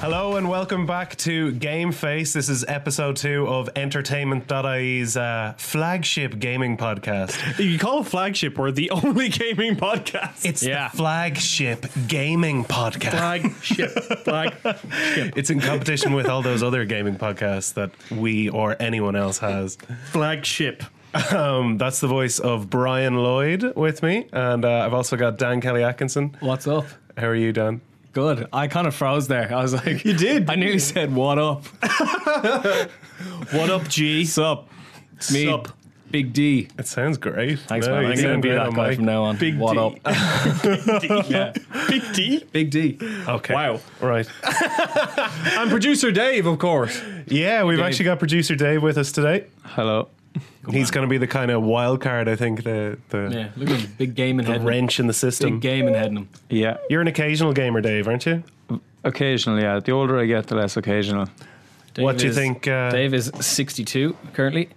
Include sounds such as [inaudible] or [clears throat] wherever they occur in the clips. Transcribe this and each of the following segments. Hello and welcome back to Game Face. This is episode two of Entertainment.ie's uh, flagship gaming podcast. You can call it flagship or the [laughs] only gaming podcast. It's Yeah. the flagship gaming podcast. flagship. Flag. It's in competition with all those other gaming podcasts that we or anyone else has. Flagship. Um, that's the voice of Brian Lloyd with me, and uh, I've also got Dan Kelly Atkinson. What's up? How are you, Dan? Good. I kind of froze there. I was like, You did. I nearly said, "What up? [laughs] What up, G? Sup? It's me, Sup? Big D." It sounds great. Thanks, No, man. you I'm gonna sound be great that on guy mic. from now on. Big what D. up? [laughs] [laughs] Yeah. Big D. Big D. Okay. Wow. Right. I'm producer Dave, of course. Yeah, we've actually got producer Dave with us today. Hello. He's going to be the kind of wild card, I think, the the Yeah, look at him. Big game in head. wrench in the Big system. game in head. Yeah, You're an occasional gamer, Dave, aren't you? occasionally. Yeah, the older I get, the less occasional. What do you think, uh, Dave is 62 currently,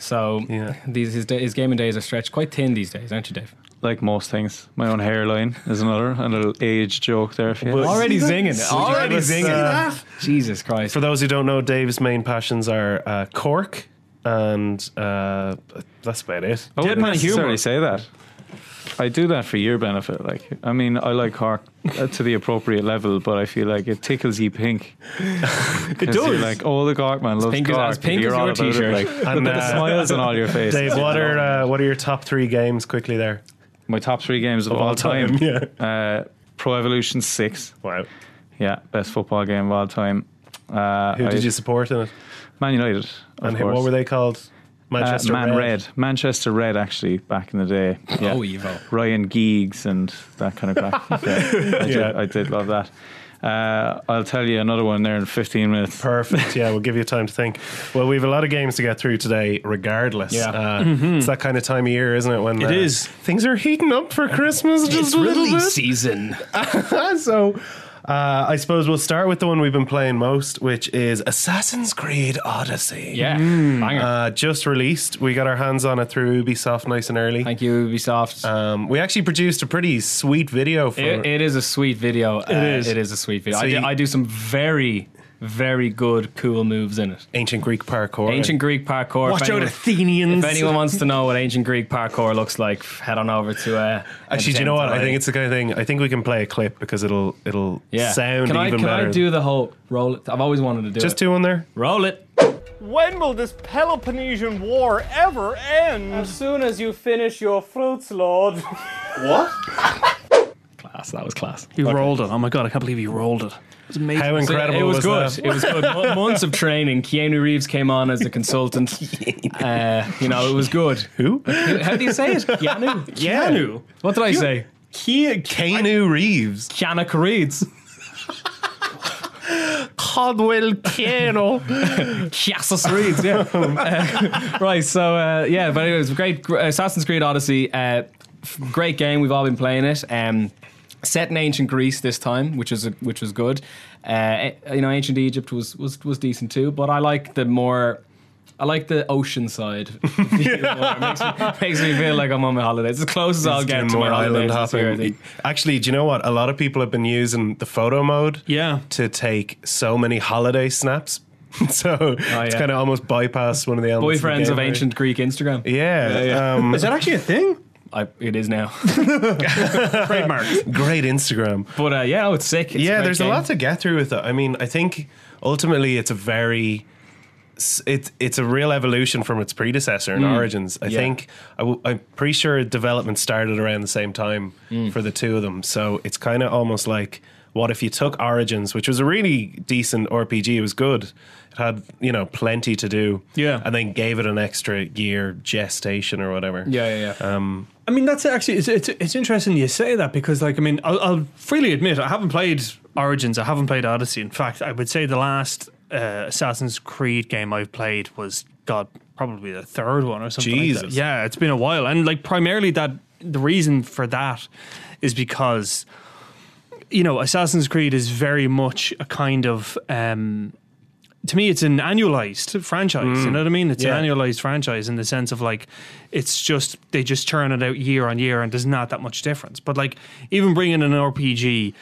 so Yeah. these his, da- his gaming days are stretched quite thin these days, aren't you, Dave? Like most things, my own hairline is another, a little age joke there. If you Well- Already that? zinging. Already Let's, zinging. uh, Jesus Christ. For those who don't know, Dave's main passions are uh, cork, and uh, that's about it. Oh, I wouldn't Deadpan necessarily humor. say that. I do that for your benefit. Like, I mean, I like Cork uh, to the appropriate level, but I feel like it tickles you pink. It does. like, oh, the Cork man loves pink as- Cork. as pink You're as all your about it, t-shirt. Like, And, [laughs] and, the uh, smiles on all your face. Dave, what are uh, what are your top three games quickly there? my top three games of, all, time? Uh, Pro Evolution Six. Wow. Yeah, best football game of all time. Uh, Who I- did you support in it? Man United. Of And who- course. what were they called? Uh, Manchester Man Red. Manchester Red, actually, back in the day. Yeah. Oh, evil. Ryan Giggs and that kind [laughs] of crap. yeah, I, Yeah. Did, I did love that. Uh, I'll tell you another one there in 15 minutes. Perfect. Yeah, we'll give you time to think. Well, we have a lot of games to get through today, regardless. Yeah. Mm-hmm. Uh, It's that kind of time of year, isn't it? When it is is. Things are heating up for Christmas just a little bit. season. [laughs] so uh, I suppose we'll start with the one we've been playing most, which is Assassin's Creed Odyssey. Yeah. Banger. Uh, just released. We got our hands on it through Ubisoft nice and early. Thank you, Ubisoft. Um, we actually produced a pretty sweet video for It, it. it is a sweet video. It is. It is a sweet video. I, So do, you- I do some very, very good, cool moves in it. Ancient Greek parkour. Ancient Greek parkour. if Watch out, anyone- Athenians. If anyone wants to know what ancient Greek parkour looks like, head on over to. Uh, Actually, do you know what? I entertainment.ie. think it's the kind of thing. I think we can play a clip because it'll it'll yeah. sound can I, even can better. I do the whole roll it? I've always wanted to do Just it. do one there. roll it. When will this Peloponnesian War ever end? As soon as you finish your fruits, Lord. Class. That was class. You rolled it. Oh my god, I can't believe you rolled it. It's amazing. How incredible it was, good. that? It was good. Mo- Months of training. Keanu Reeves came on as a consultant. uh, you know, it was good. Who? How do you say it? Keanu. Keanu. What did I say? Ke- Keanu Reeves. Keanu Reeves. Codwell [laughs] Keanu. Jesus Reeds, yeah. [laughs] Uh, [laughs] right, so uh, yeah, but anyways, great gr- uh, Assassin's Creed Odyssey, uh, f- great game. We've all been playing it. Um, set in ancient Greece this time, which is which was good. Uh, eh, you know, ancient Egypt was was was decent too, but I like the more. I like the ocean [laughs] side. view more. It makes, me, makes me feel like I'm on my holidays. It's as close as I'll Just get doing to my more island holidays this year, I hopping. think. Actually, do you know what? A lot of people have been using the photo mode Yeah. to take so many holiday snaps. [laughs] so it's Oh, yeah. kind of almost bypassed one of the elements. the Boyfriends game, of right? ancient Greek Instagram. Yeah. Um, Is [laughs] that actually a thing? I, it is now. [laughs] Trademark. great Instagram. But uh, yeah, no, it's sick. It's yeah, great there's game. a lot to get through with it. I mean, I think ultimately it's a very s- it's it's a real evolution from its predecessor in Origins. I Mm. Yeah. think I w- I'm pretty sure development started around the same time Mm. for the two of them. So it's kind of almost like what if you took Origins, which was a really decent RPG. It was good. It had you know plenty to do. Yeah. and then gave it an extra year gestation or whatever. Yeah, yeah, yeah. I mean, that's actually it's, it's it's interesting you say that because like I mean, I'll, I'll freely admit I haven't played Origins, I haven't played Odyssey. In fact, I would say the last uh, Assassin's Creed game I've played was God, probably the third one or something. like that. Jesus. yeah, it's been a while, and like primarily that the reason for that is because you know Assassin's Creed is very much a kind of. um to me, it's an annualized franchise. You know what I mean? It's Yeah. an annualized franchise in the sense of like, it's just they just churn it out year on year, and there's not that much difference. But like, even bringing an RPG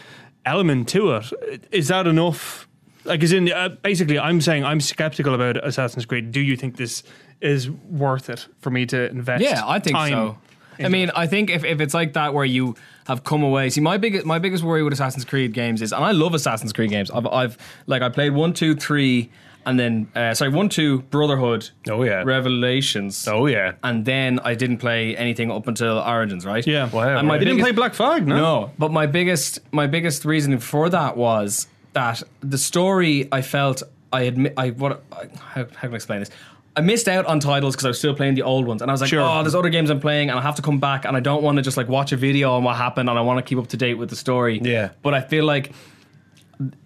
element to it, is that enough Like, as in, uh, basically, I'm saying I'm skeptical about Assassin's Creed. Do you think this is worth it for me to invest? Yeah, I think time so. I into mean, I think if, if it's like that where you have come away. See, my biggest my biggest worry with Assassin's Creed games is, and I love Assassin's Creed games. I've, I've like I played one, two, three, and then uh, sorry, one, two, Brotherhood. Oh, yeah. Revelations. Oh yeah. And then I didn't play anything up until Origins, right? Yeah. Wow, And my right. They didn't biggest- play Black Flag, no? no, but my biggest my biggest reasoning for that was that the story I felt I admit I what I, how, how can I explain this. I missed out on titles because I was still playing the old ones, and I was like, Sure. "Oh, there's other games I'm playing, and I have to come back, and I don't want to just like watch a video on what happened, and I want to keep up to date with the story." Yeah. But I feel like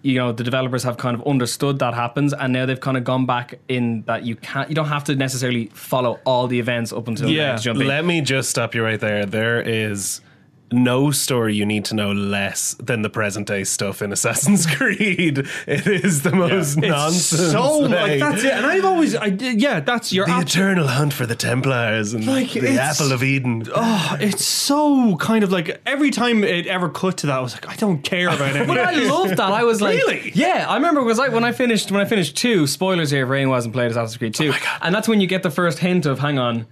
you know the developers have kind of understood that happens, and now they've kind of gone back in that you can't, you don't have to necessarily follow all the events up until Yeah, the next. you know what I mean? Let me just stop you right there. There is no story you need to know less than the present day stuff in Assassin's [laughs] Creed. It is the most nonsense. So, like, thing. that's it. And I've always, I, did- yeah, that's your. the eternal hunt for the Templars and Like, the it's- oh. Apple of Eden. it's so kind of like every time it ever cut to that, I was like, I don't care about it. But I loved that. I was like, Really? Yeah, I remember because like when I finished when I finished two. Spoilers here if anyone hasn't played Assassin's Creed Oh two, and that's when you get the first hint of hang on.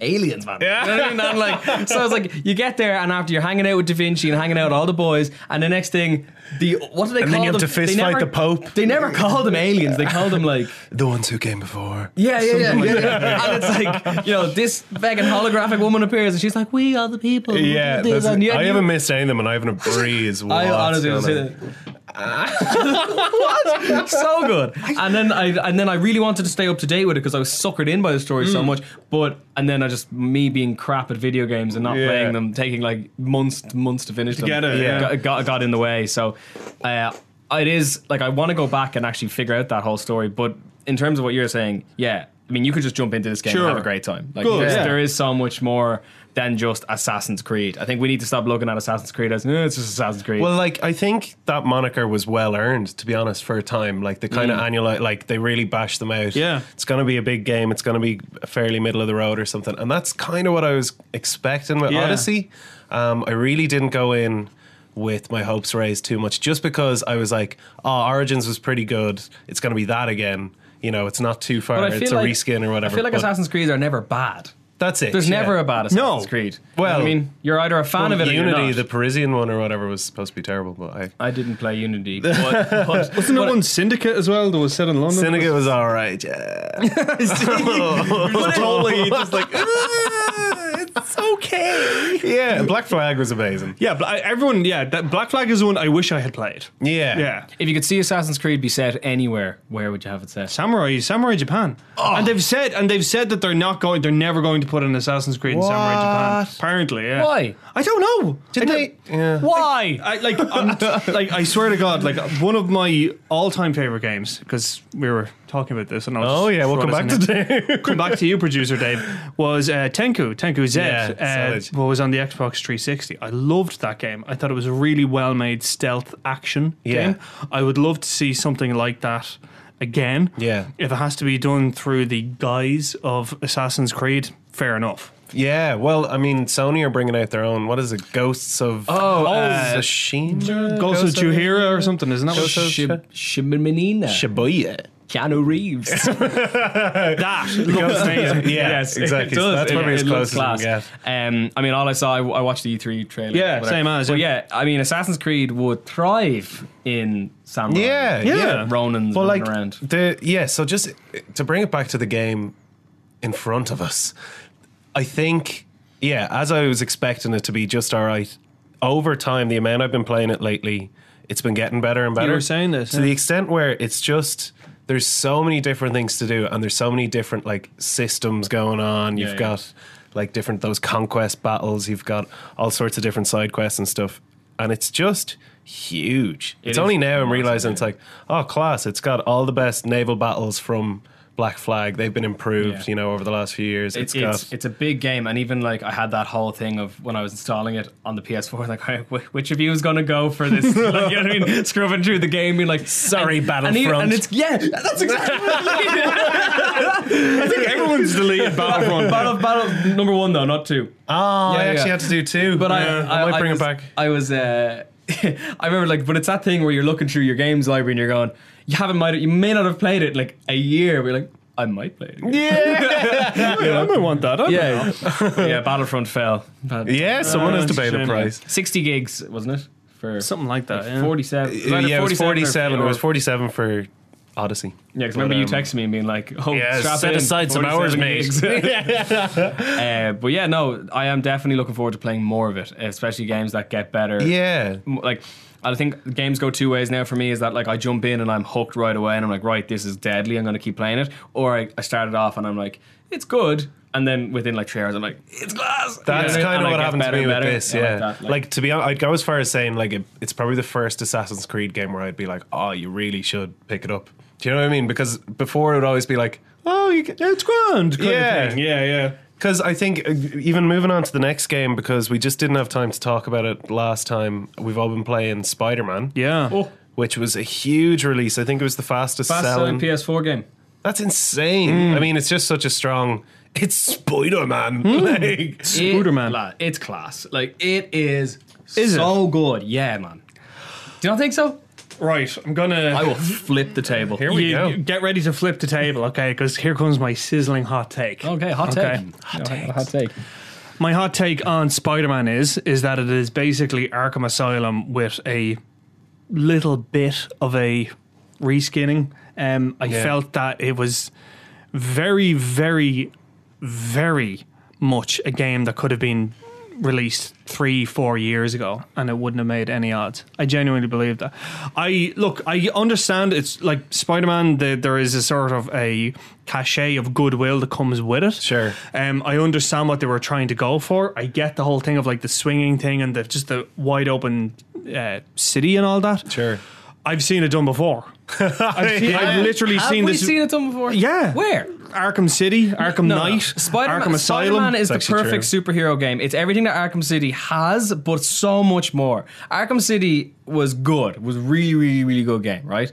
Aliens, man. Yeah. You know what I mean? And, like, so I was like, you get there, and after you're hanging out with Da Vinci and hanging out with all the boys, and the next thing, the what do they And then call you have them? to fist They fight never- the Pope. They never called them aliens. They called them [laughs] like the ones who came before. yeah, yeah, yeah, yeah, yeah. And it's like you know, this fucking holographic woman appears, and she's like, "We are the people." who Yeah, did this," that's and you- I you- haven't missed any of them, and I haven't a [laughs] breeze. I honestly whatsoever. was saying [laughs] what? So good. And then I and then I really wanted to stay up to date with it because I was suckered in by the story Mm. so much. But and then I just me being crap at video games and not Yeah. playing them, taking like months months to finish to them, get it, yeah. got, got got in the way. So uh, it is like I want to go back and actually figure out that whole story. But in terms of what you're saying, yeah. I mean, you could just jump into this game Sure. and have a great time. Like, Good, there's- yeah. there is so much more than just Assassin's Creed. I think we need to stop looking at Assassin's Creed as "Eh, it's just Assassin's Creed. Well, like I think that moniker was well earned, to be honest, for a time. Like the kind Mm. of annual, like they really bashed them out. Yeah. it's going to be a big game. It's going to be fairly middle of the road or something, and that's kind of what I was expecting with Yeah. Odyssey. Um, I really didn't go in with my hopes raised too much, just because I was like, "Oh, Origins was pretty good. It's going to be that again." You know, it's not too far. But I It's feel a like, reskin or whatever. I feel like but Assassin's Creed are never bad. that's it. There's yeah. never a bad Assassin's No. Creed. Well- I mean, you're either a fan of it or you're Unity, not. the Parisian one or whatever, was supposed to be terrible, but I. I didn't play Unity. But, but, Wasn't there one Syndicate as well that was set in London? Syndicate was all right, yeah. [laughs] totally just like it's okay. Yeah, Black Flag was amazing. [laughs] Yeah, but I, everyone, yeah, that Black Flag is one I wish I had played. Yeah, Yeah. if you could see Assassin's Creed be set anywhere, where would you have it set? Samurai, Samurai Japan, and they've said and they've said that they're not going, they're never going to put an Assassin's Creed in Samurai Japan. What? Apparently, yeah. Why? I don't know. Didn't I they? Yeah. Why? I like, [laughs] I'm, like I swear to God, like one of my all-time favorite games because we were talking about this, and I was Oh yeah, we'll come back [laughs] today. come back to you, producer Dave. Was uh, Tenku Tenku Z? Yeah, uh, solid. what was on the Xbox 360? I loved that game. I thought it was a really well-made stealth action Yeah. game. I would love to see something like that again. Yeah. if it has to be done through the guise of Assassin's Creed, fair enough. yeah, well, I mean, Sony are bringing out their own. What is it? Ghosts of Oh, uh, Tsushima, Ghost of Juhira or something, isn't that? what it Shib- Shibimanina. Shibuya. [laughs] Keanu Reeves. that looks amazing. Yeah, Yes, [laughs] it exactly. does. That's It- probably it as looks close as we get. class. Um, I mean, all I saw, I, I watched the E3 trailer. Yeah, whatever. same as, But yeah. yeah, I mean, Assassin's Creed would thrive in samurai. Yeah, yeah. Ronin's well, running like around. the yeah. So just to bring it back to the game in front of us, I think yeah. As I was expecting it to be just all right. Over time, the amount I've been playing it lately, it's been getting better and better. were saying this, to yeah. the extent where it's just there's so many different things to do, and there's so many different like systems going on. You've yeah. got like different those conquest battles. You've got all sorts of different side quests and stuff, and it's just huge. it's is only now I'm massive, realizing yeah. it's like, oh, class! It's got all the best naval battles from Black Flag. They've been improved, Yeah. you know, over the last few years. it's, It's got it's, it's a big game and even like i had that whole thing of when i was installing it on the ps4 like [laughs] "Alright, wh- which of you is gonna go for this [laughs] like, you know what i mean scrubbing through the game being like Sorry, and, Battlefront. and, even- and it's yeah that's exactly what I mean. I think everyone's deleted Battlefront. battle, battle number one though not two oh, I yeah, actually yeah. had to do two, but I, Yeah, I, might bring was, it back. I was uh, [laughs] I remember like, but it's that thing where you're looking through your games library and you're going, you haven't might you may not have played it in, like a year. We're like, I might play it. Again. I might want that. I Yeah, [laughs] yeah. Battlefront fell. [laughs] But Yeah, someone has it's to a pay the shame. price. Sixty gigs wasn't it for Something like that. yeah. forty-seven? Uh, Yeah, it was 47. or- It was 47 for Odyssey. Yeah, 'cause remember But, you um, texted me and being like, "Oh, Yeah, strap set in, aside some 47 hours, mate. [laughs] gigs. [laughs] uh, but yeah, no, I am definitely looking forward to playing more of it, especially games that get better. Yeah. M- like I think games go two ways now for me. Is that like I jump in and I'm hooked right away, and I'm like, right, this is deadly. I'm going to keep playing it, or I, I started off and I'm like, it's good, and then within like three hours, I'm like, it's class. You know That's I mean? kind And of I what get happened to better me and with better. this. I Yeah, that, like, to be honest, I'd go as far as saying like it, it's probably the first Assassin's Creed game where I'd be like, oh, you really should pick it up. Do you know what I mean? Because before it would always be like, oh, you can, It's grand. Kind Yeah. Of thing. Yeah. Yeah. Because I think uh, even moving on to the next game, because we just didn't have time to talk about it last time. We've all been playing Spider Man, Yeah. which was a huge release. I think it was the fastest, fast selling selling. PS4 game. That's insane. Mm. I mean, it's just such a strong. It's Spider Man. Hmm. Like, Spider-Man. It- la- it's class. Like it is, Is it? so good. Yeah, man. Do you not think so? Right. I'm gonna. I will flip the table. Here we you, go. you get ready to flip the table, okay? Because here comes my sizzling hot take. Okay, hot take. Okay. Hot take. Hot take. My hot take on Spider-Man is is that it is basically Arkham Asylum with a little bit of a reskinning. Um, I felt that it was very, very, very much a game that could have been released three, four years ago, and it wouldn't have made any odds. I genuinely believe that. I look, I understand it's like Spider-Man. The, there is a sort of a cachet of goodwill that comes with it. Sure. Um, I understand what they were trying to go for. I get the whole thing of like the swinging thing and the just the wide open uh, city and all that. sure. I've seen it [laughs] done before. I've, seen, I've literally Have seen we this. seen it done before? Yeah. Where? Arkham City, Arkham No, no, no. Knight, Spider-Man, Arkham Asylum. Spider-Man is the That's actually perfect superhero game. It's everything that Arkham City has, but so much more. Arkham City was good. Was really, really, really good game, right?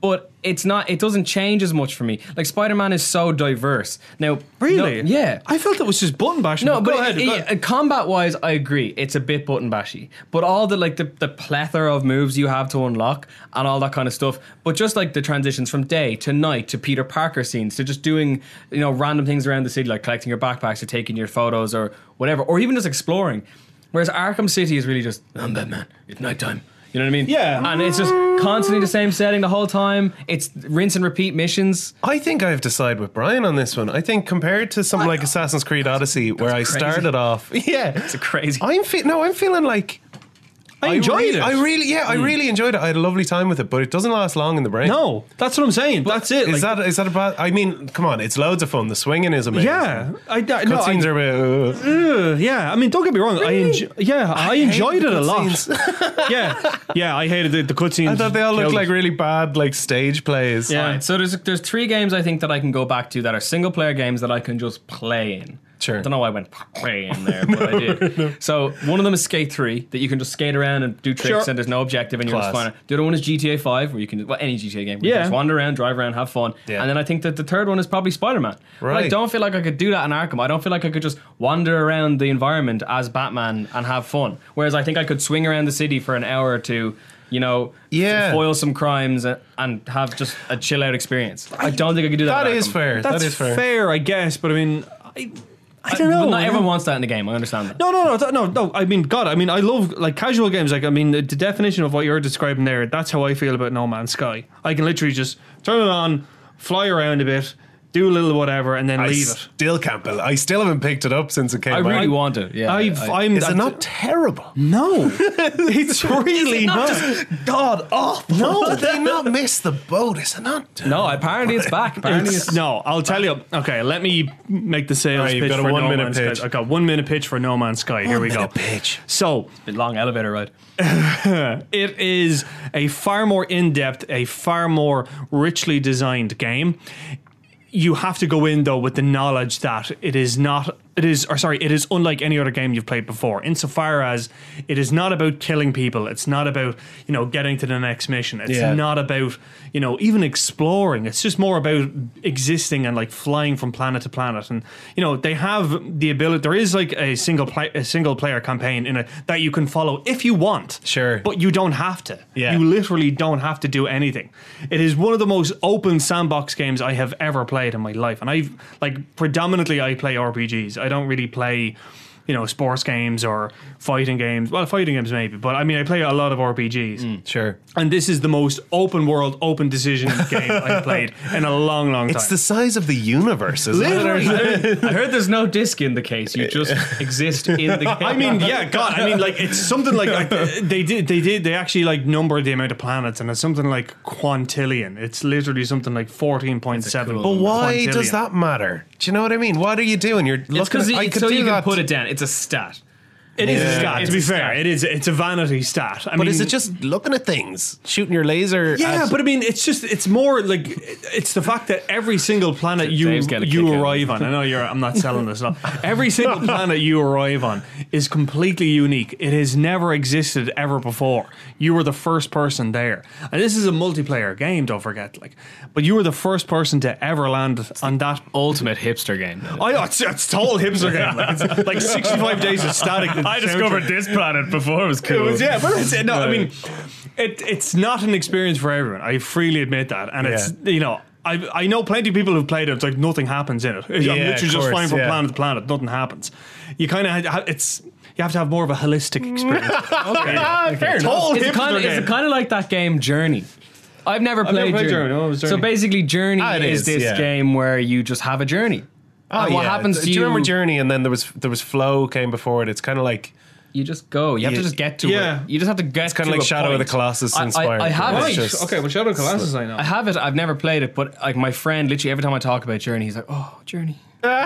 But it's not. It doesn't change as much for me. Like Spider-Man is so diverse now. really? no- yeah. I felt it was just button bashing. No, but go ahead, it- go it- ahead. [laughs] uh, combat-wise, I agree. It's a bit button bashy, but all the like the, the plethora of moves you have to unlock and all that kind of stuff. But just like the transitions from day to night to Peter Parker scenes to just doing you know random things around the city, like collecting your backpacks or taking your photos or whatever, or even just exploring. Whereas Arkham City is really just I'm Batman. It's nighttime. You know what I mean? Yeah. And it's just constantly the same setting the whole time. It's rinse and repeat missions. I think I have to side with Brian on this one. I think compared to something like Assassin's Creed Odyssey, where I crazy. started off, yeah, It's a crazy. I'm fe- no, I'm feeling like I enjoyed really, it. Hmm. I really, yeah, I really enjoyed it. I had a lovely time with it, but it doesn't last long in the brain. no, that's what I'm saying. that's it. is like- that is that a bad? I mean, come on, it's loads of fun. The swinging is amazing. yeah, I, I, no, I, cutscenes are a bit. uh, uh, yeah. I mean, don't get me wrong. I enjo- yeah, I, enjoyed it the a lot. cutscenes. [laughs] [laughs] yeah, yeah, I hated the, the cutscenes. I thought they all looked Killed like it. really bad, like stage plays. Yeah. All right, so there's there's three games I think that I can go back to that are single player games that I can just play in. Sure. I don't know why I went play in [laughs] there, but I did. So one of them is Skate 3 that you can just skate around and do tricks Sure. and there's no objective and you're just Class. fine. The other one is GTA 5 where you can well any GTA game where you Yeah. can just wander around, drive around, have fun. Yeah. And then I think that the third one is probably Spider-Man. But I Right. don't feel like I could do that in Arkham. I don't feel like I could just wander around the environment as Batman and have fun. Whereas I think I could swing around the city for an hour or two. You know, Yeah. foil some crimes and, and have just a chill out experience. I don't think I could do that. That in is Arkham. fair. That's that is fair. fair, I guess. But I mean, I, I But don't know. not you everyone know? wants that in the game. I understand that. No, no, no, th- no, no. I mean, God, I mean, I love like casual games. Like, I mean, the, the definition of what you're describing there, that's how I feel about No Man's Sky. I can literally just turn it on, fly around a bit, do a little whatever, and then I leave it. still can't. bel I still haven't picked it up since it came I out. really want to. Yeah, I've, I, am Is it not [laughs] terrible? No, it's really not. God awful. No, did they not miss the boat? Is it not? no, apparently it's back. Apparently it's [laughs] no, I'll tell you. Okay, let me make the sales Alright, you've pitch got a for No one-minute Man's pitch. Sky. I got one minute pitch for No Man's Sky. Here we go. Pitch. So a long elevator ride. It is a far more in depth, a far more richly designed game. You have to go in though with the knowledge that it is not it is, or sorry, it is unlike any other game you've played before, insofar as it is not about killing people. It's not about you know getting to the next mission. It's Yeah. not about you know even exploring. It's just more about existing and like flying from planet to planet. And you know they have the ability. There is like a single play, a single player campaign in it that you can follow if you want. Sure. but you don't have to. Yeah. You literally don't have to do anything. It is one of the most open sandbox games I have ever played in my life. And I've like predominantly I play RPGs. I don't really play you know sports games or fighting games. Well, fighting games maybe, but I mean I play a lot of RPGs. Sure. And this is the most open world, open decision game I've [laughs] played in a long, long time. It's the size of the universe, isn't it? I heard there's no disc in the case. You just exist in the game. I mean, yeah, God, I mean, like it's something like, [laughs] like they did, they did, they actually like numbered the amount of planets, and it's something like quintillion. It's literally something like fourteen point seven. cool But why does that matter? Do you know what I mean? What are you doing? You're It's looking. because At, I could so do you can that. put it down. It's a stat. It is Yeah. a stat. It's To be a fair, stat. it is. It's a vanity stat. I but mean, is it just looking at things, shooting your laser? Yeah, at- but I mean, it's just it's more like it's the fact that every single planet you Dave's got a kick you out of arrive on. I know you're. I'm not selling this. Not. Every [laughs] single planet you arrive on is completely unique. It has never existed ever before. You were the first person there, and this is a multiplayer game. Don't forget, like, but you were the first person to ever land on that. Ultimate hipster game. I know Oh, it's, it's total hipster game. Like, it's like 65 days of static. I this planet before it was cool. it was yeah, but it's, no, I mean, it it's not an experience for everyone. I freely admit that, and it's you know. I, I know plenty of people who've played it. It's like nothing happens in it. I'm Yeah, literally of just course, flying from yeah. planet to planet. Nothing happens. You kind of ha- it's you have to have more of a holistic experience. [laughs] ah, okay, fair Oh, Total It's hipster kind of game. it's kind of like that game Journey. I've never played, never played Journey. Journey. What was So Journey? basically, Journey Ah, it is, is, this yeah. game where you just have a journey. Oh, and what yeah. happens to Do you? you remember Journey? And then there was there was Flow came before it. It's kind of like You just go. You have to Yeah. just get to Yeah. it. You just have to get. It's kind of like Shadow of the Colossus I- I- inspired. I have It's it. just- okay, well, Shadow of Colossus, I know. I have it. I've never played it, but like my friend, literally every time I talk about Journey, he's like, "Oh, Journey."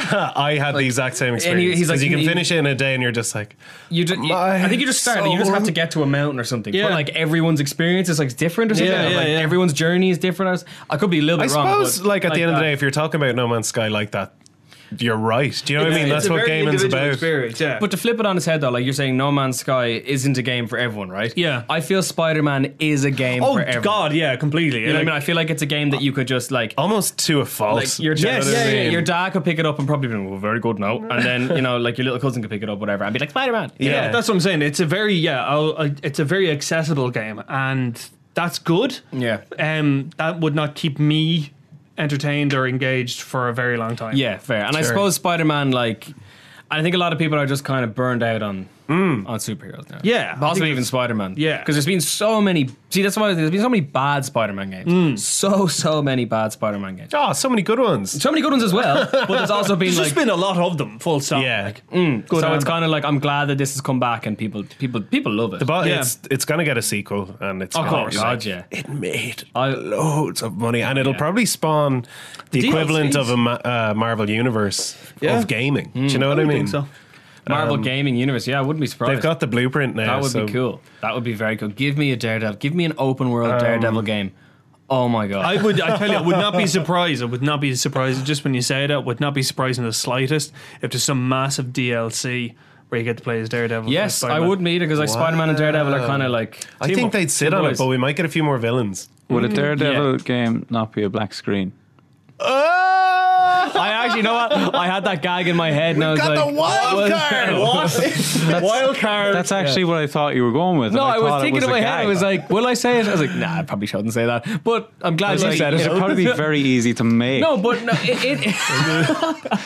I had the exact same experience. he's he's like- like, you can he- finish it in a day, and you're just like, You just, you- My I think you just start. You just have to get to a mountain or something. Yeah. But like everyone's experience is like different or something. Yeah, yeah, like yeah. Everyone's journey is different. I, was, I could be a little I bit wrong. suppose, but, like at the end of that. the day, if you're talking about No Man's Sky like that, you're right. Do you know what I mean? It's That's a what very gaming's individual about. Experience, yeah. But to flip it on its head, though, like you're saying, No Man's Sky isn't a game for everyone, right? Yeah. I feel Spider Man is a game oh for everyone. God, yeah, completely. You know what I mean? I feel like it's a game that you could just like. Almost to a Like fault. your Do you know dad, what I yeah, yeah, mean? your dad could pick it up and probably be like, well, very good now. And then, you know, like your little cousin could pick it up, whatever, and be like, Spider Man. yeah, Yeah. that's what I'm saying. It's a very yeah, I'll, I, it's a very accessible game, and that's good. Yeah. um, that would not keep me entertained or engaged for a very long time. Yeah, fair. And I suppose Spider Man, like, I think a lot of people are just kind of burned out on on superheroes now. Mm. Yeah, I possibly think even Spider Man. Yeah. because there's been so many. See, that's why there's been so many bad Spider Man games. Mm. So so many bad Spider Man games. Oh, so many good ones. So many good ones as well, but there's also been [laughs] There's like. just been a lot of them. Full stop. Yeah. Like, so it's good and- kind of like I'm glad that this has come back and people people people love it. The bo- Yeah. it's it's gonna get a sequel, and it's mm, of gonna course, be God, like- yeah. It made I- loads of money, and it'll Yeah. probably spawn the DLCs. equivalent of a Ma- uh, Marvel universe Yeah. of gaming. Mm. Do you know what I, I mean? think so. Marvel um, gaming universe. Yeah, I wouldn't be surprised. They've got the blueprint now. that would so be cool. That would be very cool. Give me a Daredevil. Give me an open world Daredevil game. Oh my god. I would. I tell you, I would not be [laughs] surprised. I would not be surprised. Just when you say that, would not be surprised in the slightest if there's some massive DLC where you get to play as Daredevil. and Yes, I Spider-Man. would meet it because like Spider Man and Daredevil are Wow. kind of like. I think they'd sit Team on boys. it, but we might get a few more villains. Would a Mm, Daredevil game not be a black screen? I actually you know what I had that gag in my head. and I was Oh! like, wild [laughs] What? Wild card. That's actually what I thought you were going with. No, and I, was thought it thinking in a my head. I gag. was like, "Will I say it?" I was like, "Nah, I probably shouldn't say that." But I'm glad you Like, said it. it'd [laughs] probably be very easy to make. No, but no, it,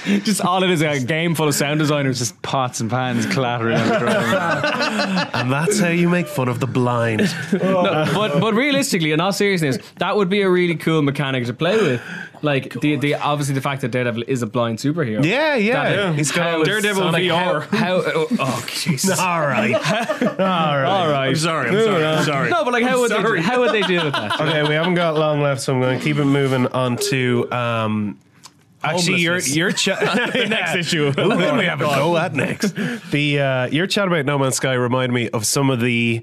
it just all it is like a game full of sound [laughs] designers. Just pots and [laughs] pans clattering on the Oh, ground. and that's how you make fun of the blind. [laughs] but but realistically, in all seriousness, that would be a really cool mechanic to play with. Like the, the obviously the fact that Daredevil is a blind superhero. Yeah, yeah. That- He's got how- Daredevil like, VR. How, how, oh, oh Jesus. all right, all right, all right. I'm sorry. [laughs] I'm sorry. I'm sorry. No, but like, how would sorry. they how would they deal [laughs] with that? Okay, we haven't got long left, so I'm going to keep it moving on to. Um, Actually, your Homelessness. your chat [laughs] the next issue. Who can we have a go at next? The uh, your chat about No Man's Sky reminded me of some of the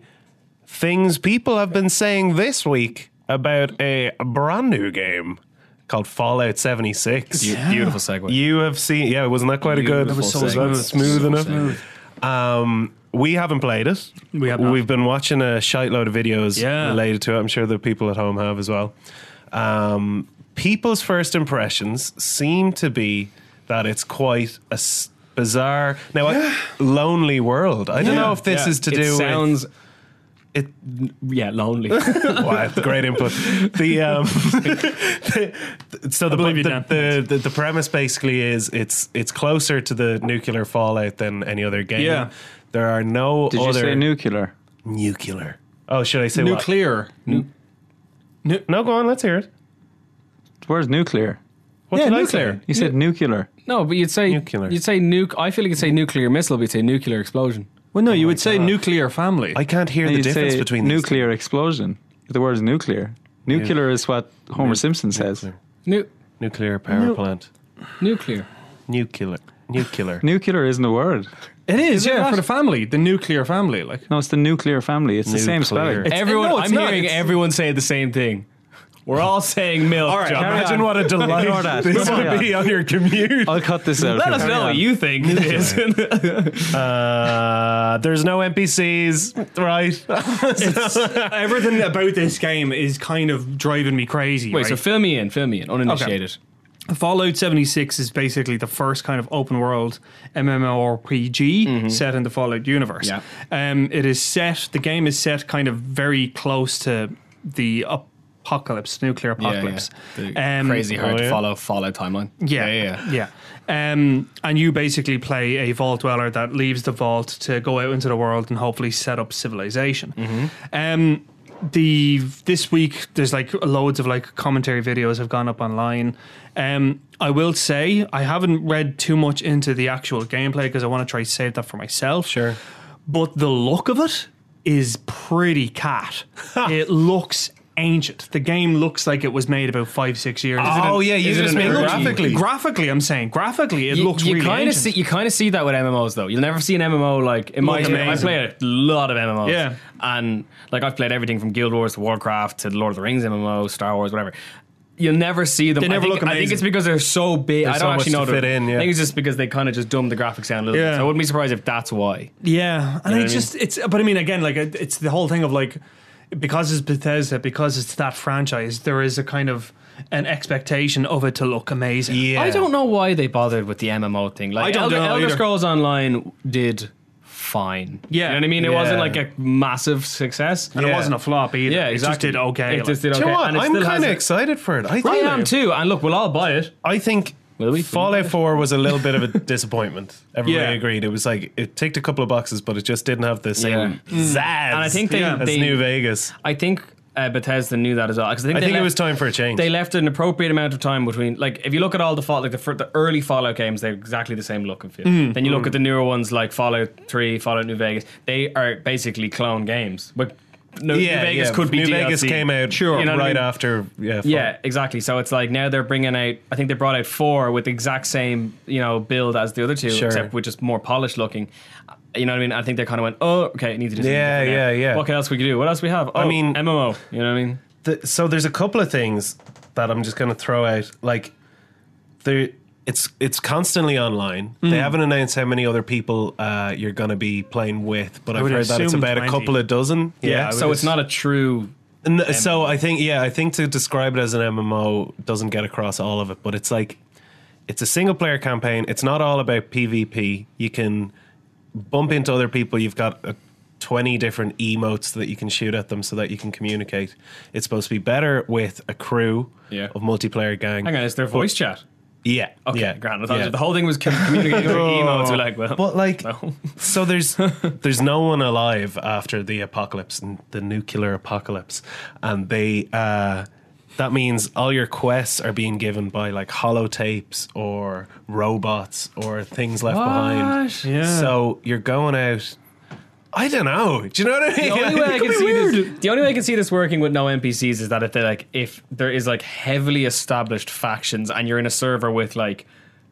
things people have been saying this week about a brand new game called Fallout 76. You, Beautiful segue. you have seen, yeah, wasn't that quite a good? Beautiful was segue. that smooth enough? Beautiful Um, we haven't played it. We have not. We've been watching a shite load of videos Yeah. related to it. I'm sure the people at home have as well. Um, people's first impressions seem to be that it's quite a s- bizarre, now a lonely world. I don't know if this Yeah. is to it do with sounds it- yeah lonely. wow, great input. The um, [laughs] so the believe you, the, Dan. the, the the premise basically is it's it's closer to the nuclear fallout than any other game. Yeah. There are no Did you other say nuclear? nuclear. Oh, should I say what? Nuclear. No, go on. Let's hear it. Where's nuclear? What Yeah, did I nuclear. say? You said nuclear. no, but you'd say Nuclear. You'd say nuke. I feel like you'd say nuclear missile, but you'd say nuclear explosion. Well, no, you would say nuclear family. I can't hear And the you'd difference say between these nuclear explosion. The word is nuclear. Nuclear is what Homer Simpson says. nuclear. Nu- two. nuclear power Nu- plant. nuclear. Nuclear. Nuclear. Nuclear isn't a word. it is, yeah, not? for the family, the nuclear family. Like No, it's the nuclear family. It's the same Nuclear. [laughs] spelling. It's- everyone, no, it's I'm not. hearing It's- everyone say the same thing. We're all saying milk. All right, John. carry imagine on. what a Ignore delight that. Oh. this Carry would be on your commute. I'll cut this out. Let us Carry know what on. you think. it is. [laughs] Uh, there's no NPCs, right? uh, everything about this game is kind of driving me crazy. Wait, right? so fill me in, fill me in, uninitiated. Fallout 76 is basically the first kind of open world MMORPG set in the Fallout universe. Yeah. Um, it is set, the game is set kind of very close to the apocalypse, nuclear apocalypse. The Um, crazy hard Oh, to yeah? follow Fallout timeline. Yeah, yeah. yeah. Um, and you basically play a vault dweller that leaves the vault to go out into the world and hopefully set up civilization. Um, the this week there's like loads of like commentary videos have gone up online. Um, I will say I haven't read too much into the actual gameplay because I want to try save that for myself. Sure. But the look of it is pretty cat. it looks ancient. The game looks like it was made about five six years. ago. Oh yeah, you is it just an mean urge? graphically. Graphically, I'm saying graphically, it looks really kind of ancient. see you kind of see that with MMOs though. You'll never see an MMO like in my Look I amazing. play a lot of MMOs. Yeah. And like I've played everything from Guild Wars to Warcraft to Lord of the Rings MMO, Star Wars, whatever. You'll never see them. They never I think, look I think amazing. it's because they're so big. I so don't much actually know to the- fit in, yeah. I think it's just because they kind of just dumbed the graphics down a little Yeah. bit. So I wouldn't be surprised if that's why. yeah, and know what I I mean? just it's. But I mean, again, like it- it's the whole thing of like because it's Bethesda, because it's that franchise, there is a kind of an expectation of it to look amazing. Yeah. I don't know why they bothered with the MMO thing. Like I don't Elder, know Elder either. Scrolls Online did fine. Yeah. You know what I mean? It wasn't Yeah. like a massive success. And it Yeah. wasn't a flop either. Yeah, it just exactly. did okay. It just did like- okay. You know what? and it I'm still kind of hasn't- excited for it. I I think, am too. And look, we'll all buy it. I think Will we? Fallout 4 was a little bit [laughs] of a disappointment. Everybody Yeah. agreed. It was like it ticked a couple of boxes, but it just didn't have the same zazz. And Mm. I think they- as they- New Vegas. I think uh, Bethesda knew that as well. 'cause I think, I they think it left- was time for a change. They left an appropriate amount of time between, like, if you look at all the Fallout, like the, fir- the early Fallout games, they're exactly the same look and feel. Mm. Then you look at the newer ones like Fallout Three, Fallout New Vegas. They are basically clone games, but no, yeah, New Vegas yeah. could be New DLC. Vegas came out Sure. You know what I right mean? after. Yeah, Fallout. Yeah, exactly. So it's like now they're bringing out. I think they brought out four with the exact same you know build as the other two, Sure. except with just more polished looking. Uh, You know what I mean? I think they kind of went, oh, okay, need to do. something Yeah, different now. yeah, yeah. What else we could do? What else we have? Oh, I mean mean- MMO. You know what I mean? the, so there's a couple of things that I'm just going to throw out. Like, there, it's it's constantly online. Hmm. They haven't announced how many other people uh, you're going to be playing with, but I've would heard that it's assume about 20. a couple of dozen. Yeah, I would So it's not a true. N- so I think yeah, I think to describe it as an MMO doesn't get across all of it, but it's like it's a single player campaign. It's not all about PvP. You can bump into other people. You've got uh, 20 different emotes that you can shoot at them so that you can communicate. It's supposed to be better with a crew Yeah. of multiplayer gang. Hang on, it's their voice chat. Yeah. Okay, yeah, grand. I thought yeah. The whole thing was com- communicating [laughs] through emotes. We're like, well, But like, so [laughs] there's there's no one alive after the apocalypse, n- the nuclear apocalypse, and they uh, that means all your quests are being given by like holotapes or robots or things left behind. What? Yeah. So you're going out. I don't know. Do you know what I mean? The Like, only, way it I could can be see weird. this, the only way I can see this working with no NPCs is that if they like if there is like heavily established factions and you're in a server with like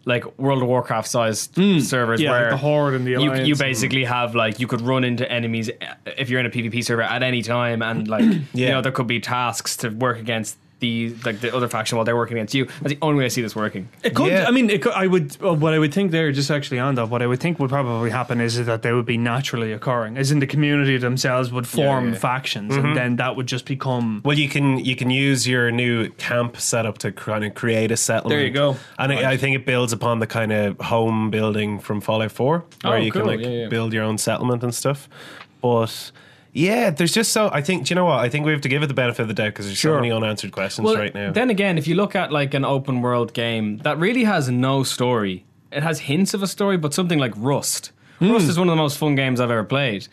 like World of Warcraft sized servers Hmm. yeah, where like the Horde and the you, Alliance you and- basically have like you could run into enemies uh, [clears throat] if you're in a PvP server at any time and like you know there could be tasks to work against the like the other faction while they're working against you. That's the only way I see this working. It could. Yeah. I mean, it could, I would. Uh, what I would think there, just actually on that, what I would think would probably happen is that they would be naturally occurring, as in the community themselves would form yeah. factions, and then that would just become. Well, you can you can use your new camp setup to kind of create a settlement. There you go. And I I think it builds upon the kind of home building from Fallout Four, where Oh, you can cool. like Yeah, yeah. build your own settlement and stuff. But yeah, there's just so I think. Do you know what? I think we have to give it the benefit of the doubt because there's so many unanswered questions right now. Then again, if you look at like an open world game that really has no story, it has hints of a story, but something like Rust. Hmm. Rust is one of the most fun games I've ever played.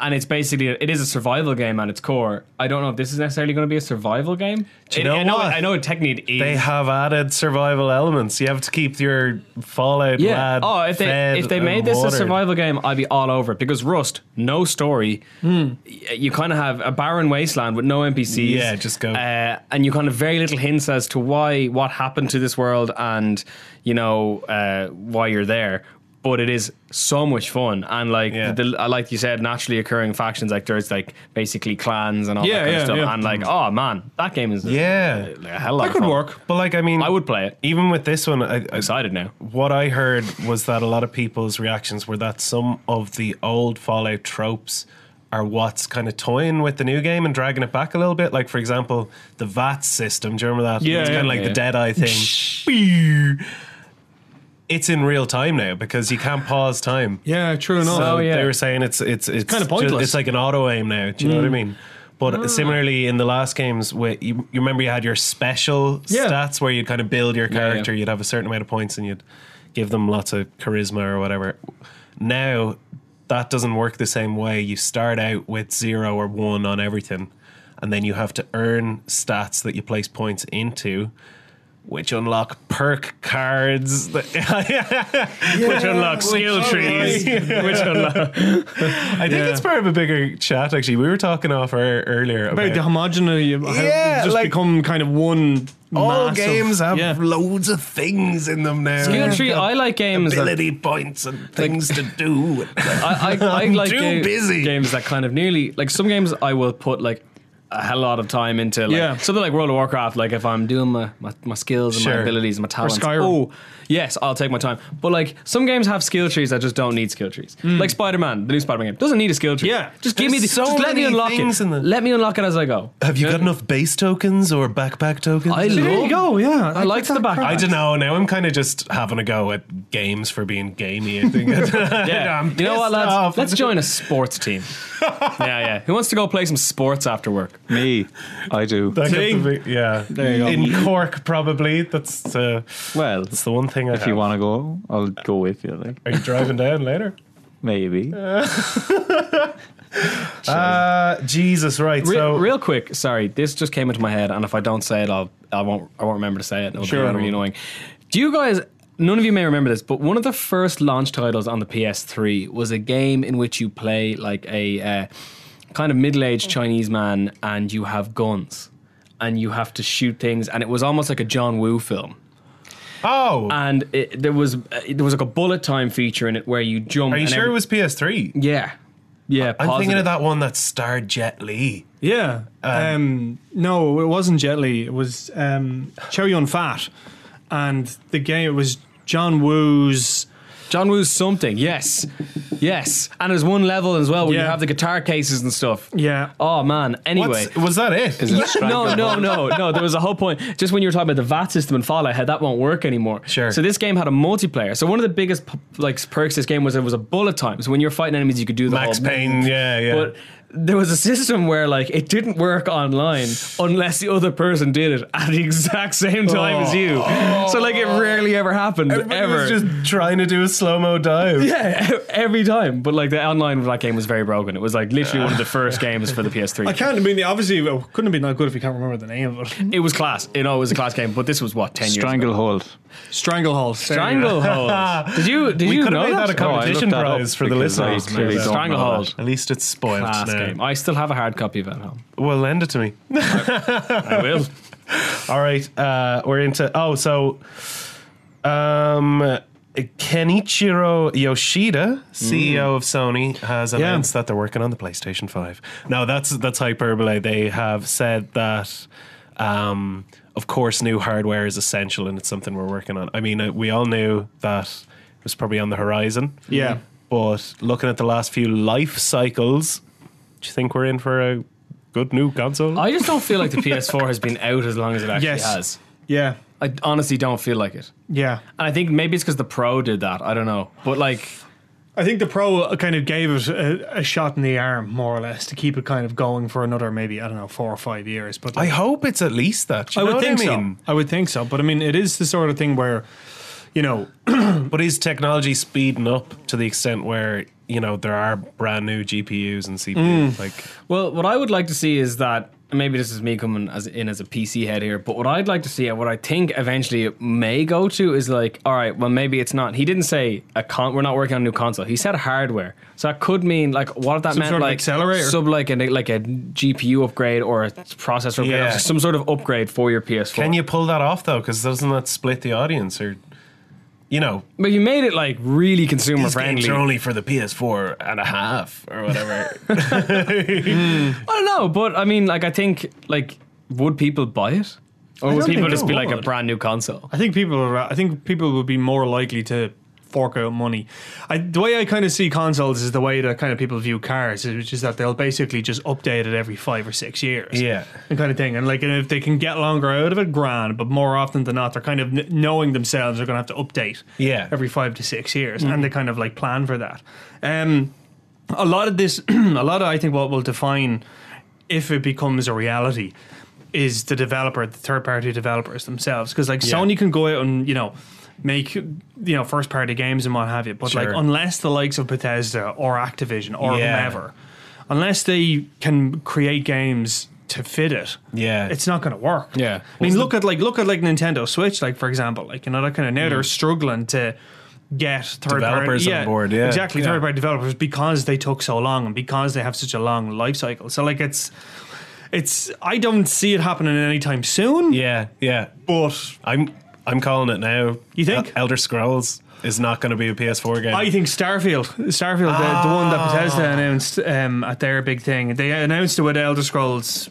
And it's basically it is a survival game at its core. I don't know if this is necessarily going to be a survival game. you It- know I know, what? I know, it technically it is. they have added survival elements. You have to keep your Fallout Yeah. lad. Oh, if they fed if they and made this watered. a survival game, I'd be all over it because Rust, no story. Hmm. Y- You kind of have a barren wasteland with no NPCs. Yeah, just go. Uh, and you kind of very little hints as to why what happened to this world and you know uh, why you're there. But it is so much fun, and like Yeah. the, the- like you said, naturally occurring factions like there's like basically clans and all Yeah, that kind yeah, of stuff, yeah. and like oh man, that game is Yeah. a, a hell of a lot That of could fun. work. But like, I mean, I would play it. Even with this one, I, I, Excited now. what I heard was that a lot of people's reactions were that some of the old Fallout tropes are what's kind of toying with the new game and dragging it back a little bit. Like, for example, the VAT system. Do you remember that? Yeah, It's yeah. kind of like Yeah. the Deadeye [laughs] thing. It's in real time now because you can't pause time. Yeah, true enough. So Oh, yeah. they were saying it's it's it's kinda pointless. Mm. it's like an auto aim now. Do you know what I mean? But similarly, in the last games, where you, you remember you had your special Yeah. stats where you'd kind of build your yeah. character. You'd have a certain amount of points and you'd give them lots of charisma or whatever. Now that doesn't work the same way. You start out with zero or one on everything, and then you have to earn stats that you place points into. Which unlock perk cards, which [laughs] [laughs] unlock skill [laughs] trees, which unlock I think it's part of a bigger chat. Actually, we were talking off air earlier about, About the homogeneity, of how they Yeah, just like- become kind of one. all mass of- games have yeah. loads of things in them now. Skill tree. I like games that ability points and things to do. [laughs] I, I, I like too ga- busy. games that kind of nearly like some games I will put like a hell lot of time into like Yeah. something like World of Warcraft like if I'm doing my, my, my skills and Sure. my abilities and my talents Skyrim. oh yes I'll take my time but like some games have skill trees that just don't need skill trees like Spider-Man the new Spider-Man game doesn't need a skill tree Yeah. just give me the Mm. There's so just let me many unlock things it in the- let me unlock it as I [laughs] go Have you got enough base tokens or backpack tokens? I There love you go. Yeah, I liked the back I don't know. Now I'm kind of just having a go at games for being gamey. I think. [laughs] Yeah. I'm you know what, pissed lads? off. Let's join a [laughs] sports team. yeah, yeah. Who wants to go play some sports after work? Me, I do. That See? could be- yeah, there you go. in Cork probably. That's uh, Well, that's the one thing I if have. you want to go, I'll go with you. Like Are you driving down [laughs] later? maybe. Uh, Jesus, right? Re- so real quick, sorry, this just came into my head, and if I don't say it, I'll I won't I won't remember to say it. and It'll Sure. be really annoying. Do you guys? None of you may remember this, but one of the first launch titles on the PS3 was a game in which you play like a uh, kind of middle-aged Chinese man, and you have guns, and you have to shoot things, and it was almost like a John Woo film. oh, And it, there was uh, there was like a bullet time feature in it where you jump. are you and sure it every- was PS3? Yeah, yeah. I'm thinking positive. of that one that starred Jet Li. Yeah. Um, no, it wasn't Jet Li. It was um, Cherry on Fat, and the game it was John Woo's. John Woo's something, yes, yes, and there's one level as well where you Yeah. have the guitar cases and stuff. Yeah. Oh man. [laughs] Anyway, What's, was that it? no, no, no, no. There was a whole point. Just when you were talking about the VAT system and Fallout, how that won't work anymore. Sure. So this game had a multiplayer. So one of the biggest p- like perks this game was it was a bullet time. So when you're fighting enemies, you could do the Max whole- Payne, yeah, yeah. But there was a system where like it didn't work online unless the other person did it at the exact same time as you. So like it rarely ever happened ever. Oh. was just trying to do a slow mo dive. Yeah, e- every time. But like the online of that game was very broken. It was like literally one of the first games for the I PS3. can't. I mean, obviously, it couldn't have been that good if you can't remember the name of it. It was class. You know, it was a class game. But this was what ten years. Stranglehold. Stranglehold. ago? Stranglehold. Did you did We you could have know made that a that? Oh, I competition looked that up prize for the because I listeners. clearly maybe. don't know Stranglehold. that. At least it's spoiled Class now. game. I still have a hard copy of it at home. Well, lend it to me. I will. All right, uh, we're into. Oh, so um, Kenichiro Yoshida, CEO Mm. of Sony, has announced that they're working on the PlayStation Five. Now, that's that's hyperbole. They have said that Um, of course, new hardware is essential, and it's something we're working on. I mean, uh, we all knew that it was probably on the horizon. Yeah. But looking at the last few life cycles, do you think we're in for a good new console? [laughs] I just don't feel like the PS4 has been out as long as it actually Yes. has. Yeah. I honestly don't feel like it. Yeah. And I think maybe it's because the Pro did that. I don't know. But like, I think the pro kind of gave it a, a shot in the arm, more or less, to keep it kind of going for another maybe I don't know four or five years. But I like- hope it's at least that. Do you know what I mean? so. I would think so. But I mean, it is the sort of thing where, you know, But is technology speeding up to the extent where you know there are brand new GPUs and Mm. CPUs? Like, well, what I would like to see is that and maybe this is me coming as in as a PC head here. But what I'd like to see, and what I think eventually it may go to, is like, all right, well, maybe it's not. He didn't say a con. We're not working on a new console. He said hardware. So that could mean like what if that Some meant sort of like accelerator. sub like a like a GPU upgrade or a processor upgrade, Yeah. or some sort of upgrade for your PS4. can you pull that off though? Because doesn't that split the audience? Or you know, Mm, But you made it like really consumer these games friendly. are only for the PS4 and a half or [laughs] whatever. [laughs] I don't know, but I mean, like, I think, like, would people buy it? Or would don't people think just they be like a would. brand new console? I think people are. I think people would be more likely to fork out money. I, the way I kind of see consoles is the way that kind of people view cars, which is that they'll basically just update it every five or six years. Yeah. and kind of thing. And like, and if they can get longer out of it, grand. But more often than not, they're kind of kn- knowing themselves they're going to have to update. Yeah. every five to six years, and they kind of like plan for that. Um, a lot of this, [clears throat] a lot of I think what will define if it becomes a reality is the developer, the third party developers themselves. Because like Sony can go out and you know make you know first party games and what have you, but Sure. like unless the likes of Bethesda or Activision or Yeah. whomever, unless they can create games to fit it, Yeah. it's not going to work. Yeah. I mean, look at like look at like Nintendo Switch, like for example, like you know that kind of now they're struggling to get third Mm. Developers party, on board, yeah. exactly Yeah. third party developers because they took so long and because they have such a long life cycle. So like it's it's I don't see it happening anytime soon. yeah, yeah. But I'm I'm calling it now. You think? Elder Scrolls is not going to be a PS4 game? I think Starfield, Starfield, the, the one that Bethesda Ah. announced um, at their big thing, they announced it with Elder Scrolls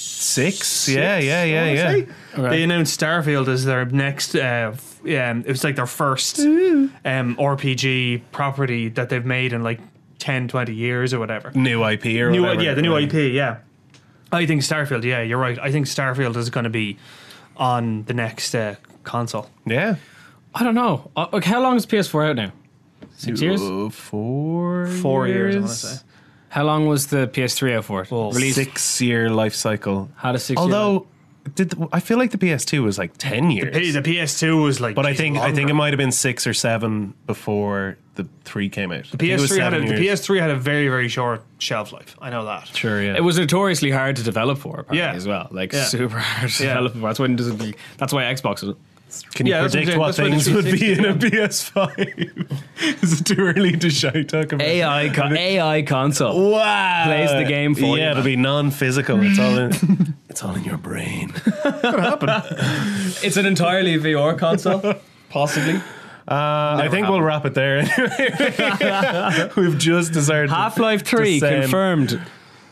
Six? Yeah, yeah, yeah, I yeah. wanna say. They announced Starfield as their next. Uh, f- um, it was like their first um, RPG property that they've made in like 10, 20 years or whatever. New IP or New, whatever. yeah, the new IP. Yeah, I think Starfield. Yeah, you're right. I think Starfield is going to be on the next uh, console. Yeah. I don't know. Uh, Like, how long is PS4 out now? Six years? Uh, four. Four years, I want to say. How long was the PS3 out for? Well, Six year life cycle. Had a six Although, did the, I feel like the PS2 was like ten years? Hey, the PS2 was like, but I geez, think I longer. think it might have been six or seven before the three came out. the PS3 had a, the PS3 had a very very short shelf life. I know that. Sure, yeah. It was notoriously hard to develop for, apparently, Yeah. as well. Like, Yeah. super hard to Yeah. develop for. That's, when, that's why Xbox was. Can you Yeah, that's what I'm predict saying. what That's why the things would be in a PS5? [laughs] Is it too early to shy talk about? [laughs] AI, co- AI console. Wow, plays the game for you, yeah, it'll man. be non-physical. It's all in. it's all in your brain. It's an entirely VR console, [laughs] possibly. I think we'll wrap it there. [laughs] We've just decided. Half Life 3 Descend. confirmed.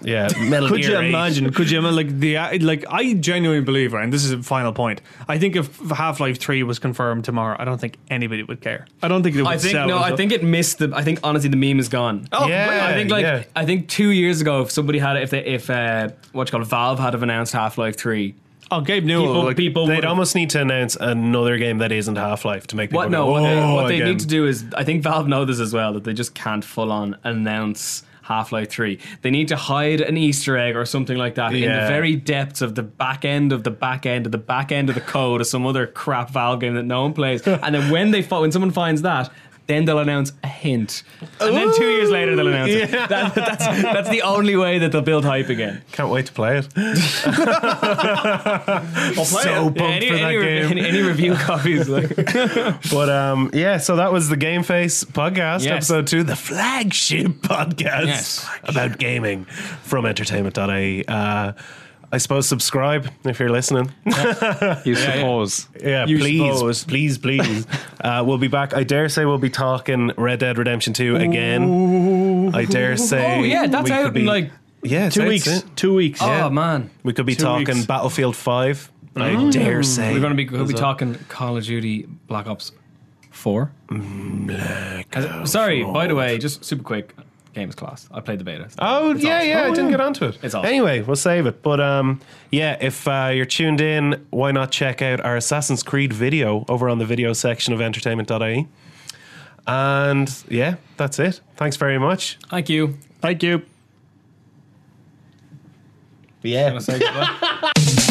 yeah, Metal Could you Gear eight. imagine? Could you imagine? Like the I- like, I genuinely believe, right, and this is a final point. I think if Half Life Three was confirmed tomorrow, I don't think anybody would care. I don't think it would. I think sell no. as I well. think it missed the. I think honestly, the meme is gone. Oh, Yeah, well, I think like yeah. I think two years ago, if somebody had if they, if uh, what you call it, Valve had have announced Half Life Three, oh, Gabe Newell. people like, people They'd would almost need to announce another game that isn't Half Life to make people what no go, what they, "Oh," what they again. need to do is I think Valve know this as well that they just can't full on announce. Half Life 3. They need to hide an Easter egg or something like that in Yeah. the very depths of the back end of the back end of the back end of the code of some other crap Valve game that no one [laughs] plays. And then when they fi- when someone finds that, then they'll announce a hint. And then two years later they'll announce it. That- that's, that's the only way that they'll build hype again. Can't wait to play [laughs] it. [laughs] Yeah, so pumped any, for that any, game. Any, any review [laughs] copies? Like, But um, yeah, so that was the Game Face podcast, Yes. episode two, the flagship [laughs] podcast Yes. about gaming from entertainment.ie. Uh, I suppose subscribe if you're listening. You suppose. Yeah, You please, suppose. please, [laughs] please. uh, we'll be back. I dare say we'll be talking Red Dead Redemption 2 again. I dare say. oh yeah, that's we could out in like Yeah, Two I'd weeks. say. Two weeks. Oh man, We could be Two talking weeks. Battlefield Five. I dare say Oh, we're gonna be we'll be talking Call of Duty Black Ops Four. Has- Oh, uh, Sorry, by the way, just super quick. Games class. I played the beta. Oh yeah, yeah. I didn't get onto it. It's awesome. Anyway, we'll save it. But um, yeah, if uh, you're tuned in, why not check out our Assassin's Creed video over on the video section of entertainment.ie. E? And yeah, that's it. Thanks very much. Thank you. Thank you. Yeah. Wanna say goodbye?